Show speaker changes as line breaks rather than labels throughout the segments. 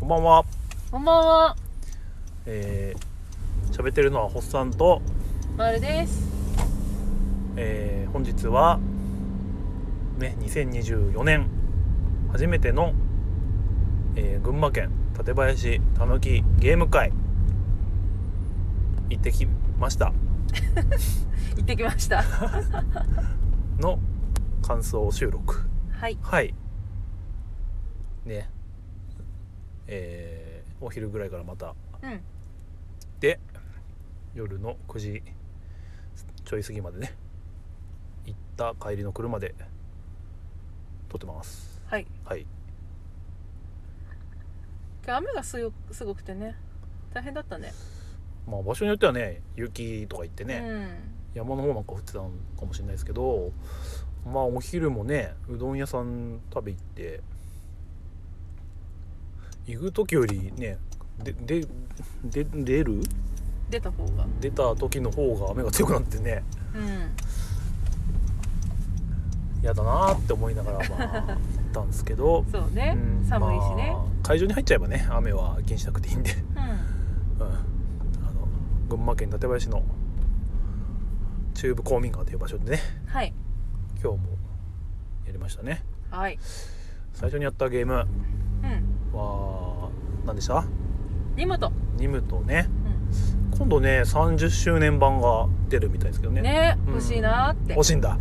こんばんは。
こんばんは、
えー喋ってるのはホッサンと、
まるです。
えー本日はね2024年初めての、えー群馬県館林たぬきゲーム会行ってきました
行ってきま した。
の感想収録。
はい。
はい。ね。えーお昼ぐらいからまた
うん。
で夜の9時ちょい過ぎまでね行った帰りの車で撮ってます
はい。
はい
今日雨がすごすごくてね。大変だったね。
まあ場所によってはね雪とか行ってね、山の方なんか降ってたのかもしれないですけどまあお昼もねうどん屋さん食べ行って行く時よりねででで出る
うん。出た方が。
出た時の方が雨が強くなってね
うん。
嫌だなーって思いながらまあ行ったんですけど
そうね
う。ん
寒いしね。
まあ会場に入っちゃえばね雨は気にしなくていいんで、 うん、あの群馬県館林の中部公民館という場所でね
うん。はい。
今日もやりましたね
はい。
最初にやったゲーム
うん。
は何でした
荷物。
ニムとね
う
今度ね30周年版が出るみたいですけどね
ん。ね、
うん
欲しいなーって。
欲しいんだ、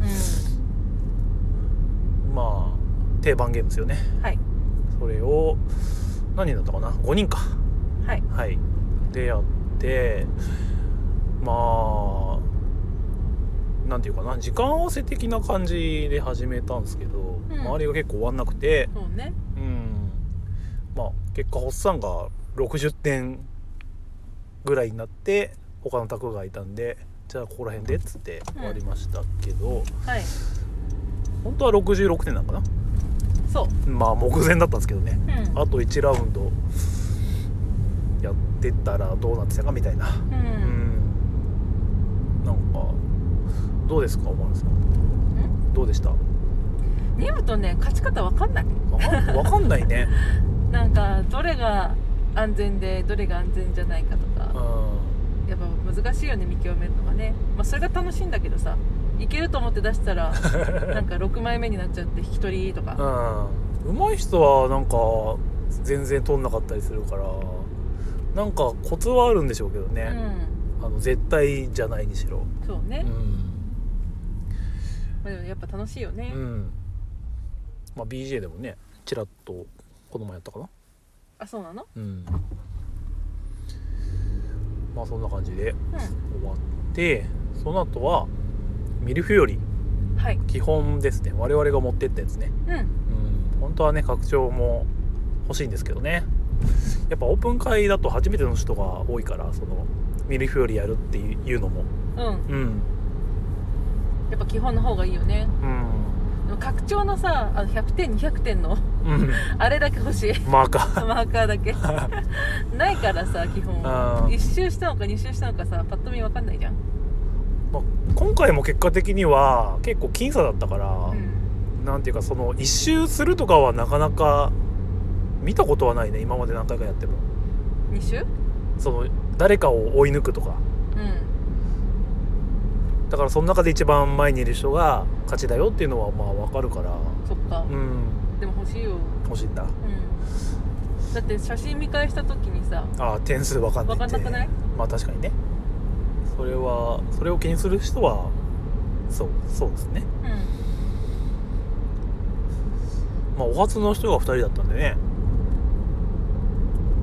まあ定番ゲームですよね
うん。はい。
それを何人だったかな5人か
はい。
はい、でやってまあなんていうかな時間合わせ的な感じで始めたんですけど、
うん
周りが結構終わんなくて
そうね。
うんまあ結果ホッサンが60点ぐらいになって他の卓がいたんでじゃあここら辺でっつって終わりましたけど、
はい。
本当は66点なのかな
そう。
まあ目前だったんですけどね
うん。
あと1ラウンドやってったらどうなってたかみたいな。
う。
うんん、なんかどうですか小原さん
ん
どうでしたわ
荷物ね、勝ち方わかんない。
かん わかんないね
なんか、どれが安全で、どれが安全じゃないかとか
う。ん
やっぱ難しいよね見極めるのがね、まあ、それが楽しいんだけどさいけると思って 出したらなんか6枚目になっちゃって引き取りとか
うん上手い人はなんか全然取んなかったりするからなんかコツはあるんでしょうけど
う
ね、
ん
あの絶対じゃないにしろ
そうね
う、ん、
まあ、でもやっぱ楽しいよ
う
ね、
ん、まあ BJ でもねちらっとこの前やったかな
あそうなの
うんまあそんな感じで終
う
わってその後はミルフィーより
んはい
基本ですね我々が持ってったやつね
うん
うん本当はね拡張も欲しいんですけどねやっぱオープン会だと初めての人が多いからそのミルフィーよりやるっていうのも
うん
うん
やっぱ基本の方がいいよね
うん
でも拡張のさあの100点200点の
うん
あれだけ欲し い
マーカー
マーカー だけないからさ基本
あ
は
ー
1周したのか2周したのかさパッと見わかんないじゃん
まあ今回も結果的には結構僅差だったから、
うん
なんていうかその一周するとかはなかなか見たことはないね今まで何回かやっても
2周
その誰かを追い抜くとか
うん
だからその中で一番前にいる人が勝ちだよっていうのはまあ分かるから
そっか
うん
でも欲しいよ
欲しいんだ
うんだって写真見返した時にさ
ああ点数分かんない
分
って
かんなくない
まあ確かにねそれはそれを気にする人はそうそうですね
う
まあお初の人が2人だったんでね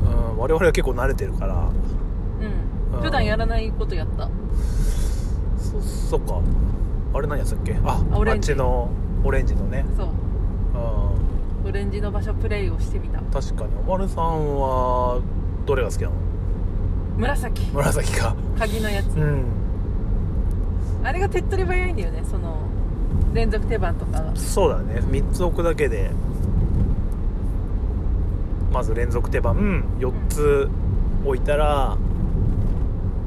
うん我々は結構慣れてるから
ん、う
うん
ん、普段やらないことやった
そそっかあれ何やったっけあ
オレ
あっ
ンジ
ちのオレンジのね
そう
うん
オレンジの場所プレイをしてみた
確かにおまるさんはどれが好きなの
紫
紫か
鍵のやつ
うん
あれが手っ取り早いんだよねその連続手番とかが
そうだね3つ置くだけでまず連続手番4つ置いたら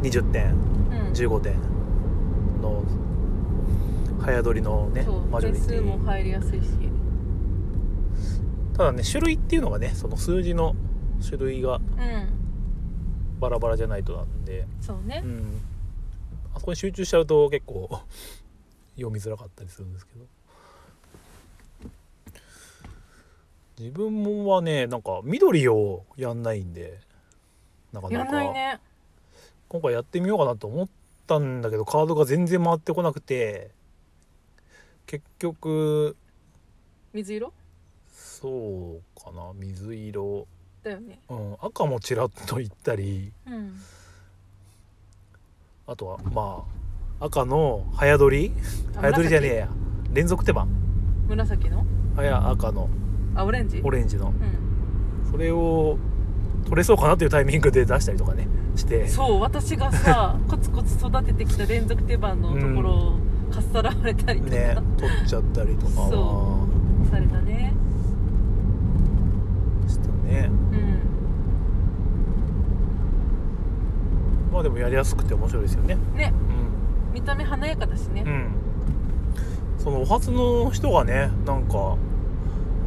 20点
うん
15点の早取りのね
そ
マ
う
ジョ
点
リテ
数も
ィ
入りやすいした
だね種類っていうのがねその数字の種類が
うん
バラバラじゃないとなんで、
そうね
うん、あそこに集中しちゃうと結構読みづらかったりするんですけど自分もはねなんか緑をやんないんでなか
や
なんか
ないね
今回やってみようかなと思ったんだけどカードが全然回ってこなくて結局
水色
そうかな水色、
だよね
うん、赤もちらっといったり
うん
あとはまあ赤の早取り
あ
早取りじゃねえや連続手番
紫紫の
早赤の
あオレンジ
オレンジの
うん
それを取れそうかなというタイミングで出したりとかねして
そう私が さコツコツ育ててきた連続手番のところをかっさらわれたりとか、
ね取っちゃったりとかは
されたね
したね
うん
まあでもやりやすくて面白いですよね
ね
うん
見た目華やかだしね
うん、そのお初の人がねなんか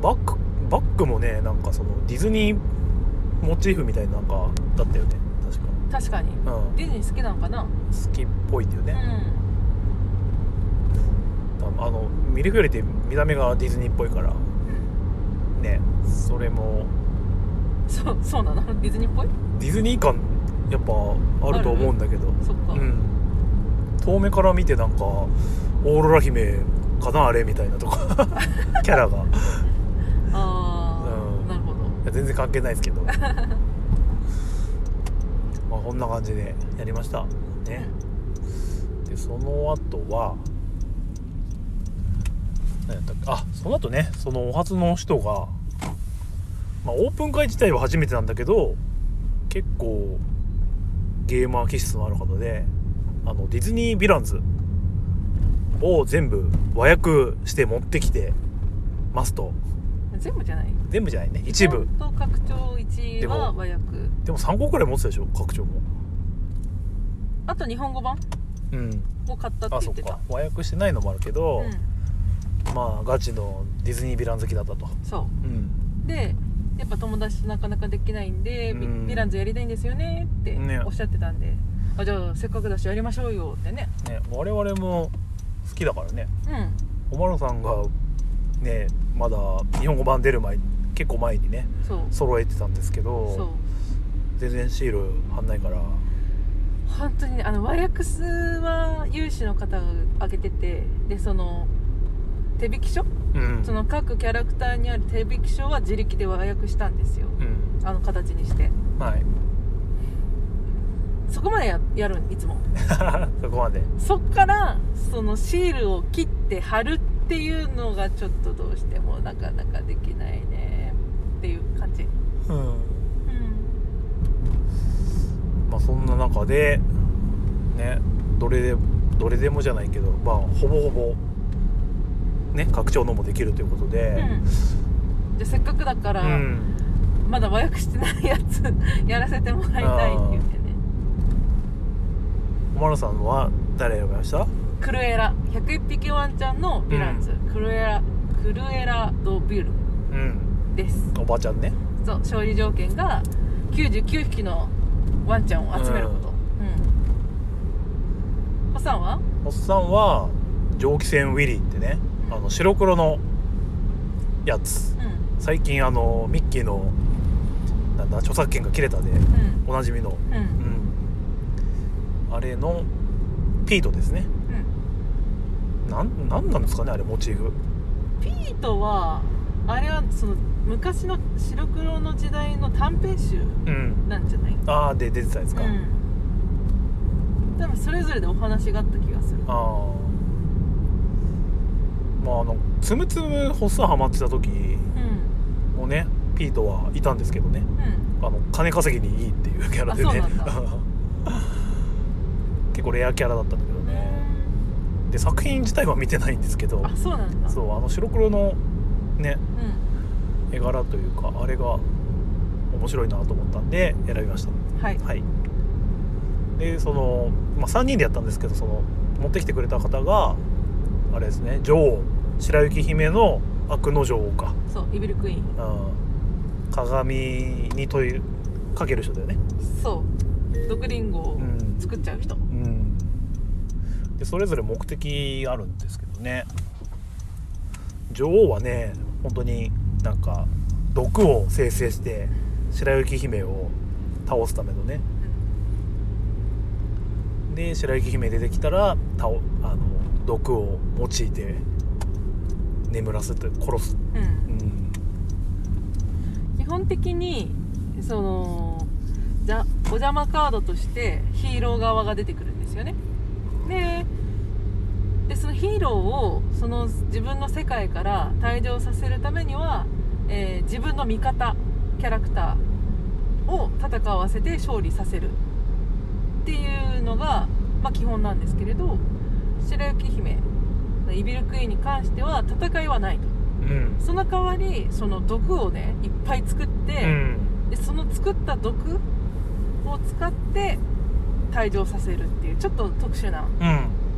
バックバッグもねなんかそのディズニーモチーフみたいななんかだったよね確
確かに
か、うん、
ディズニー好きなのかな
好きっぽいんだよ
う
ね、
ん
多分あのミルフィーユって見た目がディズニーっぽいから
うん
ねそれも
そうそうなのディズニーっぽい
ディズニー感やっぱあると思うんだけど、
そっか、
うん遠目から見てなんかオーロラ姫かなあれみたいなとかキャラが
ああ、
うん
なるほど
いや全然関係ないですけど まあこんな感じでやりましたねでその後は何やったっけあその後ねそのお初の人が、まあ、オープン会自体は初めてなんだけど結構ゲーマー気質のある方であのディズニー・ヴィランズを全部和訳して持ってきてますと
全部じゃない
全部じゃないね一部
と拡張1
で
は
も
和訳
でも3個くらい持ってたでしょ拡張も
あと日本語版
うん
を買ったって
あそ
言っ
って
た
か和訳してないのもあるけど、まあガチのディズニーヴィラン好きだったと
うん、そ
うん
うでやっぱ友達となかなかできないんで、
うん
ビヴィランズやりたいんですよねって
ね
おっしゃってたんで、あじゃあせっかくだしやりましょうよってね
ね我々も好きだからね
う
おまるさんがねまだ日本語版出る前結構前にね
んそう
揃えてたんですけ
そう
ど全然シール貼んないから
本当にねあの和訳数は有志の方が挙げててでその手引き書
うん
その各キャラクターにある手引き書は自力で和訳したんですよ
うん
あの形にして
はい
そこまでややるんいつも
そこまで
そっからそのシールを切って貼るっていうのがちょっとどうしてもなかなかできないねっていう感じ
うん
うん
まあそんな中でねどれでどれでもじゃないけどまあほぼほぼね拡張のもできるということで、
うんじゃあせっかくだから、
うん
まだ和訳してないやつ やらせてもらいたいって言ってね
おまるさんは誰選びました
クルエラ101匹ワンちゃんのヴィランズ、クルエラクルエラ・ド・ビュル
うん
です
おばちゃんね
そう勝利条件が99匹のワンちゃんを集めることうんおさんは
おっさんは蒸気船ウィリーってね
うん
あの白黒のやつ
う
最近あのミッキーのなんだ著作権が切れたで
んうん
おなじみの、
う
うんん、あれのピートですね
うん
なんなんなんですかねあれモチーフ
ピートはあれはその昔の白黒の時代の短編集
うん
なんじゃない
ああで出てたやつか、
うん多分それぞれでお話があった気がする
ああまああのつむつむ発作ハマってた時
うん
もねピートはいたんですけどね
うん
あの金稼ぎにいいっていうキャラでね
あそうなんだ
結構レアキャラだったんだけどねで作品自体は見てないんですけど
あそうなんだ
そうあの白黒のね
う
絵柄というかあれが面白いなと思ったんで選びまし
んはい
たはいでその、まあ、3人でやったんですけどその持ってきてくれた方があれですね女王白雪姫の悪の女王か
そうイビルクイーン
うん鏡に問いかける人だよね
そう毒リンゴを
うん
作っちゃう人、
うんでそれぞれ目的あるんですけどね女王はね本当になんか毒を生成して白雪姫を倒すためのねで白雪姫出てきたら倒あの毒を用いて眠らせて殺す、
うん
うん、
基本的にそのじゃお邪魔カードとしてヒーロー側が出てくるんですよねででそのヒーローをその自分の世界から退場させるためには、えー自分の味方キャラクターを戦わせて勝利させるっていうのが、まあ、基本なんですけれど白雪姫イビルクイーンに関しては戦いはないと
うん
その代わりその毒をねいっぱい作って、
うん
でその作った毒を使って退場させるっていうちょっと特殊な
うん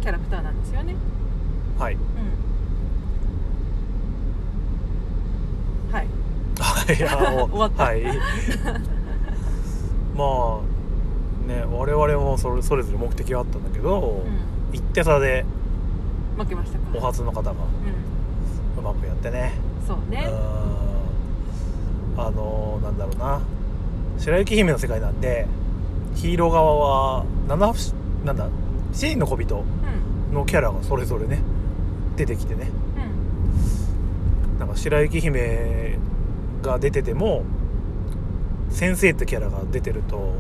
キャラクターなんですよね、
はい
うん、はい
はい、あの
終わった
はい、 まあね我々もそれそれぞれ目的があったんだけど、
う
一手差で
ん、負けました
お
か
初の方が
うん
うまくやってね
そうね
うんあのなんだろうな白雪姫の世界なんでヒーロー側は七不思なんだ七人の小人
うん
のキャラがそれぞれね出てきてね
うん
なんか白雪姫が出てても先生ってキャラが出てると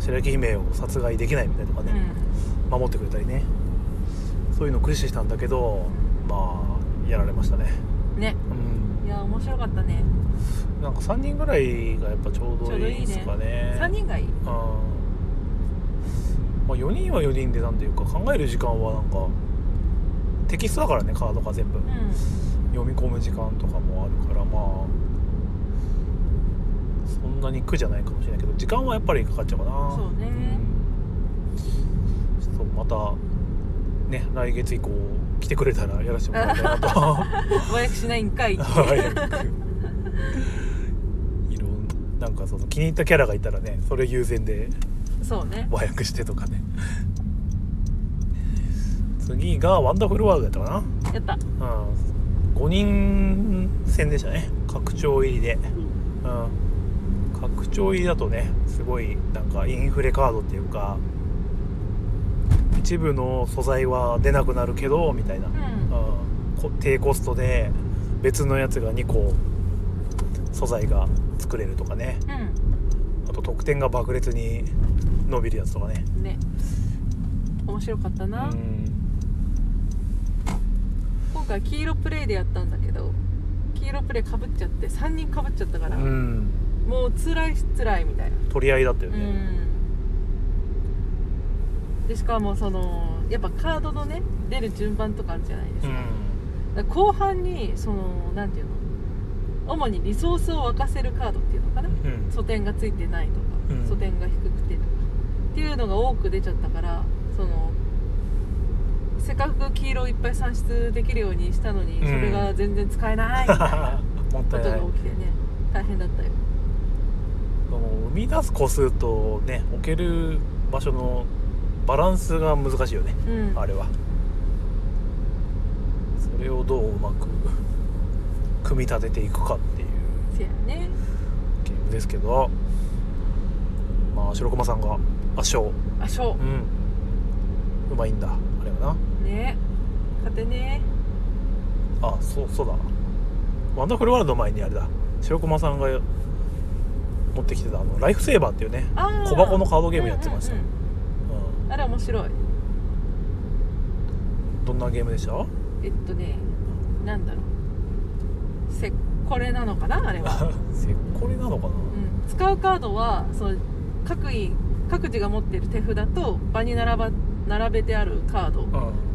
白雪姫を殺害できないみたいなとか
うん
ね、守ってくれたりねそういうのを駆使したんだけどまあやられましたね
ね
うん
いや面白かったね
なんか3人ぐらいがやっぱちょうどいいですかね
3人がいい
うんまあ、4人は4人でなんていうか考える時間はなんかテキストだからねカードが全部、
う
読み込む時間とかもあるからまあそんなに苦じゃないかもしれないけど時間はやっぱりかかっちゃうかな
そうね
うんちょっとまたね来月以降来てくれたらやらせてもらいたいなと
ん和訳しないんかいって
はいいろんなんかその気に入ったキャラがいたらねそれ優先で
そうね
和訳してとかね次がワンダフルワールドやったかな
やった
うん、5人戦でしたね拡張入りで、うん、拡張入りだとねすごいなんかインフレカードっていうか一部の素材は出なくなるけどみたいな、
う
うん
ん
こ低コストで別のやつが2個素材が作れるとかねあと得点が爆裂に伸びるやつとかね
うんね面白かった
う
な、
ん
今回黄色プレイでやったんだけど黄色プレイかぶっちゃって3人かぶっちゃったから、
うん
もう辛いし辛いみたいな、
取り合いだったよ
う
ね、
んでしかもそのやっぱカードのね出る順番とかあるじゃないですか,、だから後半にそのなんていうの主にリソースを沸かせるカードっていうのかな
うんうん
素点がついてないとか、
うん
素点が低くてとかっていうのが多く出ちゃったからそのせっかく黄色をいっぱい算出できるようにしたのに、
うん
それが全然使えないみたいな
もっ
こ
た
と
い
が
ない
起きてね大変だったよ、
その生み出す個数とね置ける場所のバランスが難しいよね
うん、
あれはそれをどううまく組み立てていくかっていう
せやね
ゲームですけどまあ白駒さんが圧勝
あしょ
うんうまいんだあれはな
ね勝てね
あそうそうだワンダフルワールドの前にあれだ白駒さんが持ってきてたあのライフセーバーっていうね
あー
小箱のカードゲームやってました
うんうんうん
うん
あれ面白い
どんなゲームでした
えっとねなんだろうせこれなのかなあれは
せっこれなのかな
うん使うカードはその各位各自が持ってる手札と場に並ば並べてあるカード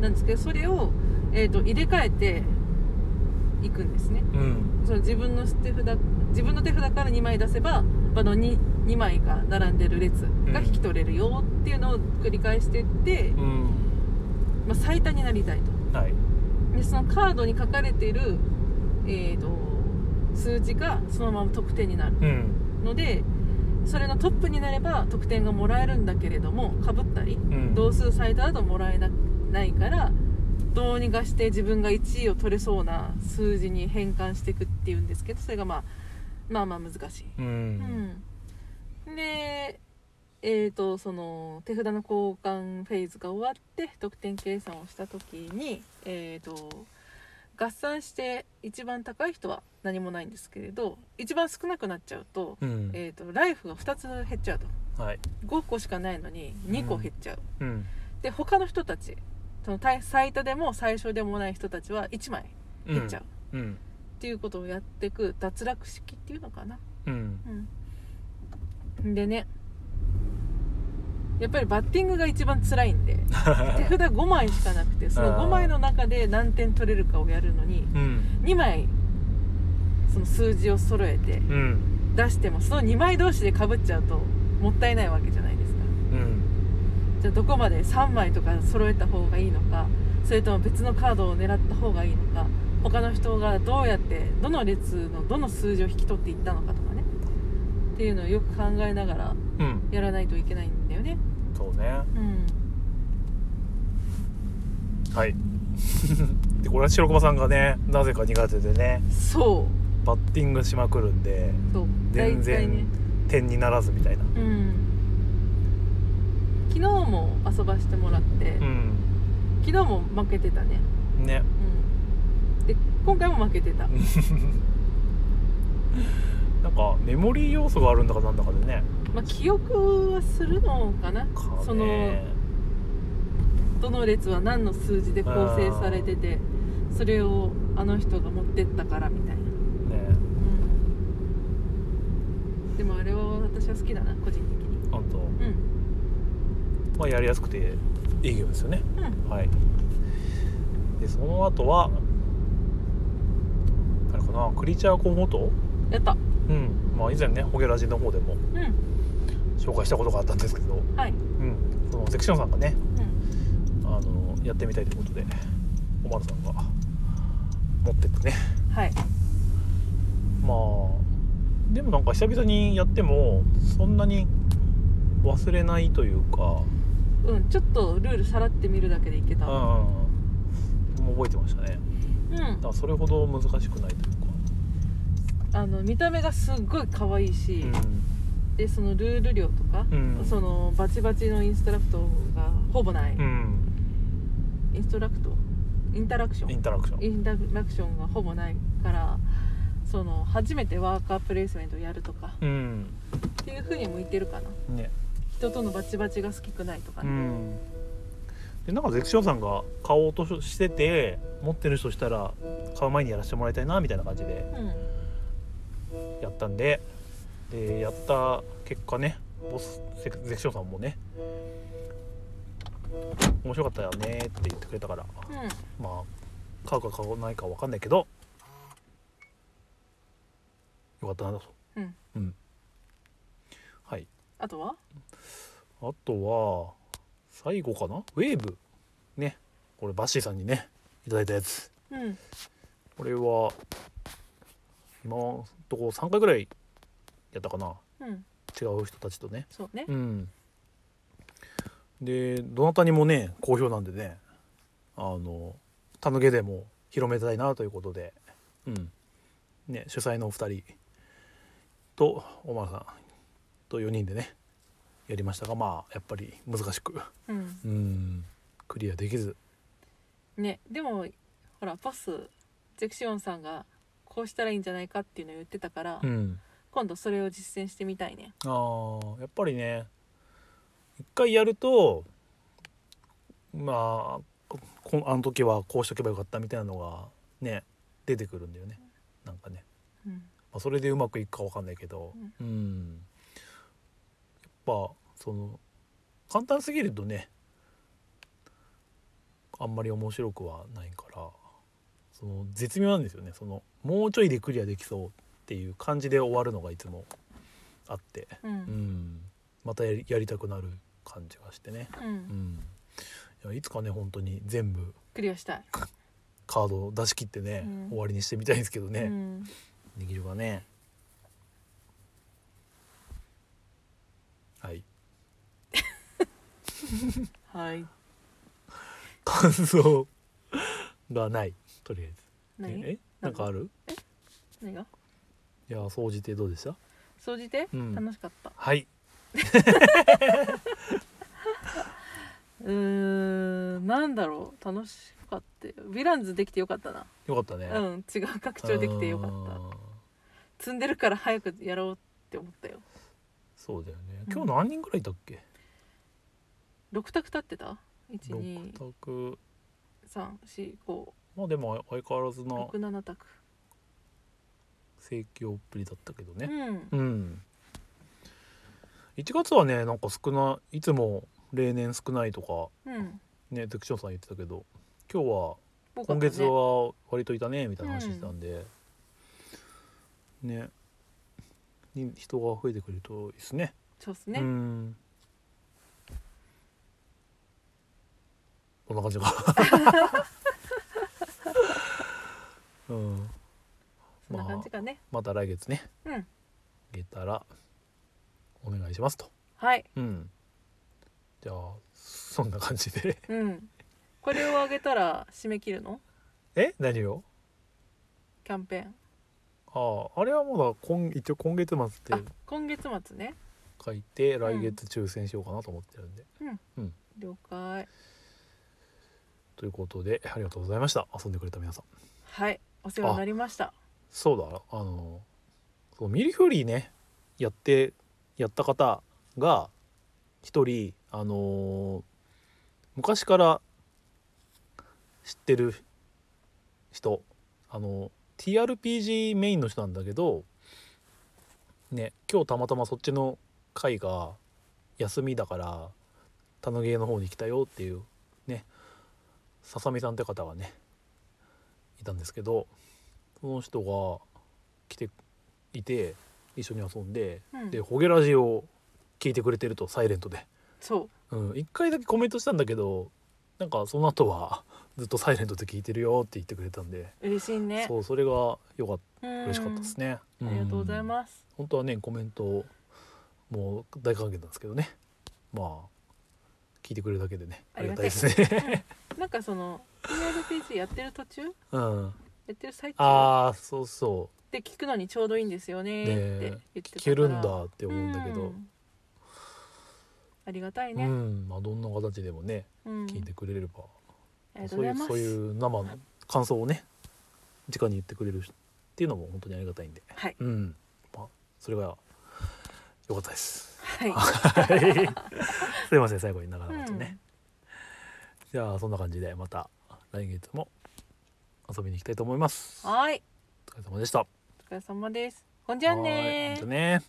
なんですけどそれを、えー、と入れ替えていくんですね
うん
その自分の手札自分の手札から2枚出せば場の 2, 2枚が並んでる列が引き取れるよっていうのを繰り返していって、
うん
まあ、最多になりたいと
はい
でそのカードに書かれている、えー、と数字がそのまま得点になる
うん
のでそれがトップになれば得点がもらえるんだけれどもかぶったり
うん
同数最多だともらえなないからどうにかして自分が1位を取れそうな数字に変換していくっていうんですけどそれが、まあ、まあまあ難しい。
う
うんん、でえー、とその手札の交換フェーズが終わって得点計算をした時に、えー、と合算して一番高い人は何もないんですけれど一番少なくなっちゃうと,、
うん
えー、とライフが2つ減っちゃうと
はい
5個しかないのに2個減っちゃう。
うん
で他の人たちその最最多でも最小でもない人たちは1枚減っちゃう、
うん
っていうことをやっていく脱落式っていうのかな、
うん
うん、でねやっぱりバッティングが一番辛いん で手札5枚しかなくてその
あー
5枚の中で何点取れるかをやるのに
うん
2枚その数字を揃えて
うん
出してもその2枚同士でかぶっちゃうともったいないわけじゃないですか
うん
じゃあどこまで3枚とか揃えた方がいいのかそれとも別のカードを狙った方がいいのか他の人がどうやってどの列のどの数字を引き取っていったのかとかねっていうのをよく考えながら
うん
やらないといけないんだよね
そうね
うん
はい でこれは白駒さんがねなぜか苦手でね
そう
バッティングしまくるんで
そう
全
大体ね
然点にならずみたいな
うん昨日も遊ばしてもらって、
うん
昨日も負けてたね
ね
うんで今回も負けてた
なんかメモリー要素があるんだかなんだかでね
まあ記憶はするのか
か
な
ね
そのどの列は何の数字で構成されててそれをあの人が持ってったからみたいな、
ね
うん、でもあれは私は好きだな個人的に
あと
うん
まあやりやすくていいゲームですよね
うん
はいでその後はあれかなクリーチャーコンフォート
やった
うんまあ以前ねホゲラジの方でも
うん
紹介したことがあったんですけど
はい、
うんそのセクションさんがね
うん、
あのやってみたいということでおまるさんが持ってってね
はい
まあでもなんか久々にやってもそんなに忘れないというか
うんちょっとルールさらってみるだけでいけ
うん
たわ
もう覚えてましたね
うん
だからそれほど難しくないとい
あの見た目がすっごい可愛いし、
うか
でそのルール量とか、
うんうん
そのバチバチのインストラクトがほぼない、
うん
インストラクトインタラクション
インタラクション
インタラクションがほぼないからその初めてワーカープレイスメントやるとか
うん
っていう風に向いてるかな
ね
人とのバチバチが好きくないとか
う
ね、
んでなんかゼクションさんが買おうとしてて持ってる人したら買う前にやらせてもらいたいなみたいな感じで
うん
やったんででやった結果ねボスゼクゼクションさんもね面白かったよねって言ってくれたからまあ買うか買わないかわかんないけどよかったなと
うんうん
うんはい
あとは
あとは最後かなウェーブねこれバッシーさんにねいただいたやつ
うん
これは今のとこ3回ぐらいやったかな
うん
違う人たちとね
そうね
うんでどなたにもね好評なんでねあのたぬけでも広めたいなということでうんね主催のお二人とおまさんと4人でねやりましたがまあやっぱり難しく
うん
うんクリアできず
ねでもほらボスゼクシオンさんがこうしたらいいんじゃないかっていうのを言ってたから、
うん
今度それを実践してみたいね
あーやっぱりね一回やるとまあここあの時はこうしとけばよかったみたいなのがね出てくるんだよねなんかね、
うん
まあ、それでうまくいくかわかんないけどうん、やっぱその簡単すぎるとねあんまり面白くはないからその絶妙なんですよねそのもうちょいでクリアできそうっていう感じで終わるのがいつもあって。
う
うんん、またやりやりたくなる感じがしてね、
うん、
うん、いやいつかね本当に全部
クリアしたい、
カードを出し切ってね、
うん
終わりにしてみたいんですけど
う
ね、
ん
うんできるかねはい
はい
感想がないとりあえず
何
えなんかある
何が
いや総じてどうでした
総じて、
うん
楽しかった
はい、
うーんなんだろう楽しかったよヴィランズできてよかったな
よかったね、
うん違う拡張できてよかっ
あ
た
ー
積んでるから早くやろうって思ったよ
そうだよね
うん
今日何人ぐらいいたっけ、
6択立ってた
六
?123456
択まあでも相変わらずな
7択、
盛況っぷりだったけどね
うん
うん1月はねなんか少ないいつも例年少ないとか
うん
ねゼクションさん言ってたけど今日は
多
今
かったね
月は割といたねみたいな話してたんで、ねに人が増えてくれるといいですね
そうっすね、
うんこんな感 じかうん
そんな感じかね、
また来月ね
うん
ゲタラお願いしますと
はい
うんじゃあそんな感じで
うんこれをあげたら締め切るの
え何を
キャンペーン
あああれはまだ今一応今月末
あ
って
今月末ね
書いて
ん
来月抽選しようかなと思ってるんで、
了解
ということでありがとうございました遊んでくれた皆さん
はいお世話になりました
そうだあのそうミルフィーリーねやってやった方が一人あのー昔から知ってる人あの TRPG メインの人なんだけどね今日たまたまそっちの会が休みだから田野芸の方に来たよっていうねささみさんって方がねいたんですけどその人が来ていて一緒に遊んで、
うん
でホゲラジを聞いてくれてるとサイレントで、
そう
うん、1回だけコメントしたんだけどなんかその後はずっとサイレントで聞いてるよって言ってくれたんで、
嬉しいね
そうそれがよかった
うん
嬉しかったですね、
ありがとうござい
す
ます
本当はねコメントもう大歓迎なんですけどねまあ聞いてくれるだけでねあ
あ
り
り
が
が
た
た
い
い
ですね
なんかその TRPG やってる途中や
うん
ってる最中
ああそうそ
で聞くのにちょうどいいんですよねって
ねえ
言って
う
たから
聞けるんだって思うんだけど、
うありがたい
うん
ね、
まあ、どんな形でもね
うん
聞いてくれれば、
ありがとう
そ
ご
う
ざ
い
いうます
そういう生の感想をね直に言ってくれる人っていうのも本当にありがたいんで、
はい
うんまあ、それが良かったです。
はい、
はいすいません最後に長々とね、じゃあそんな感じでまた来月も遊びに行きたいと思います。
はい
お疲れ様でした。
お疲れ様ですほんじゃあ
はい
ね
ほんとね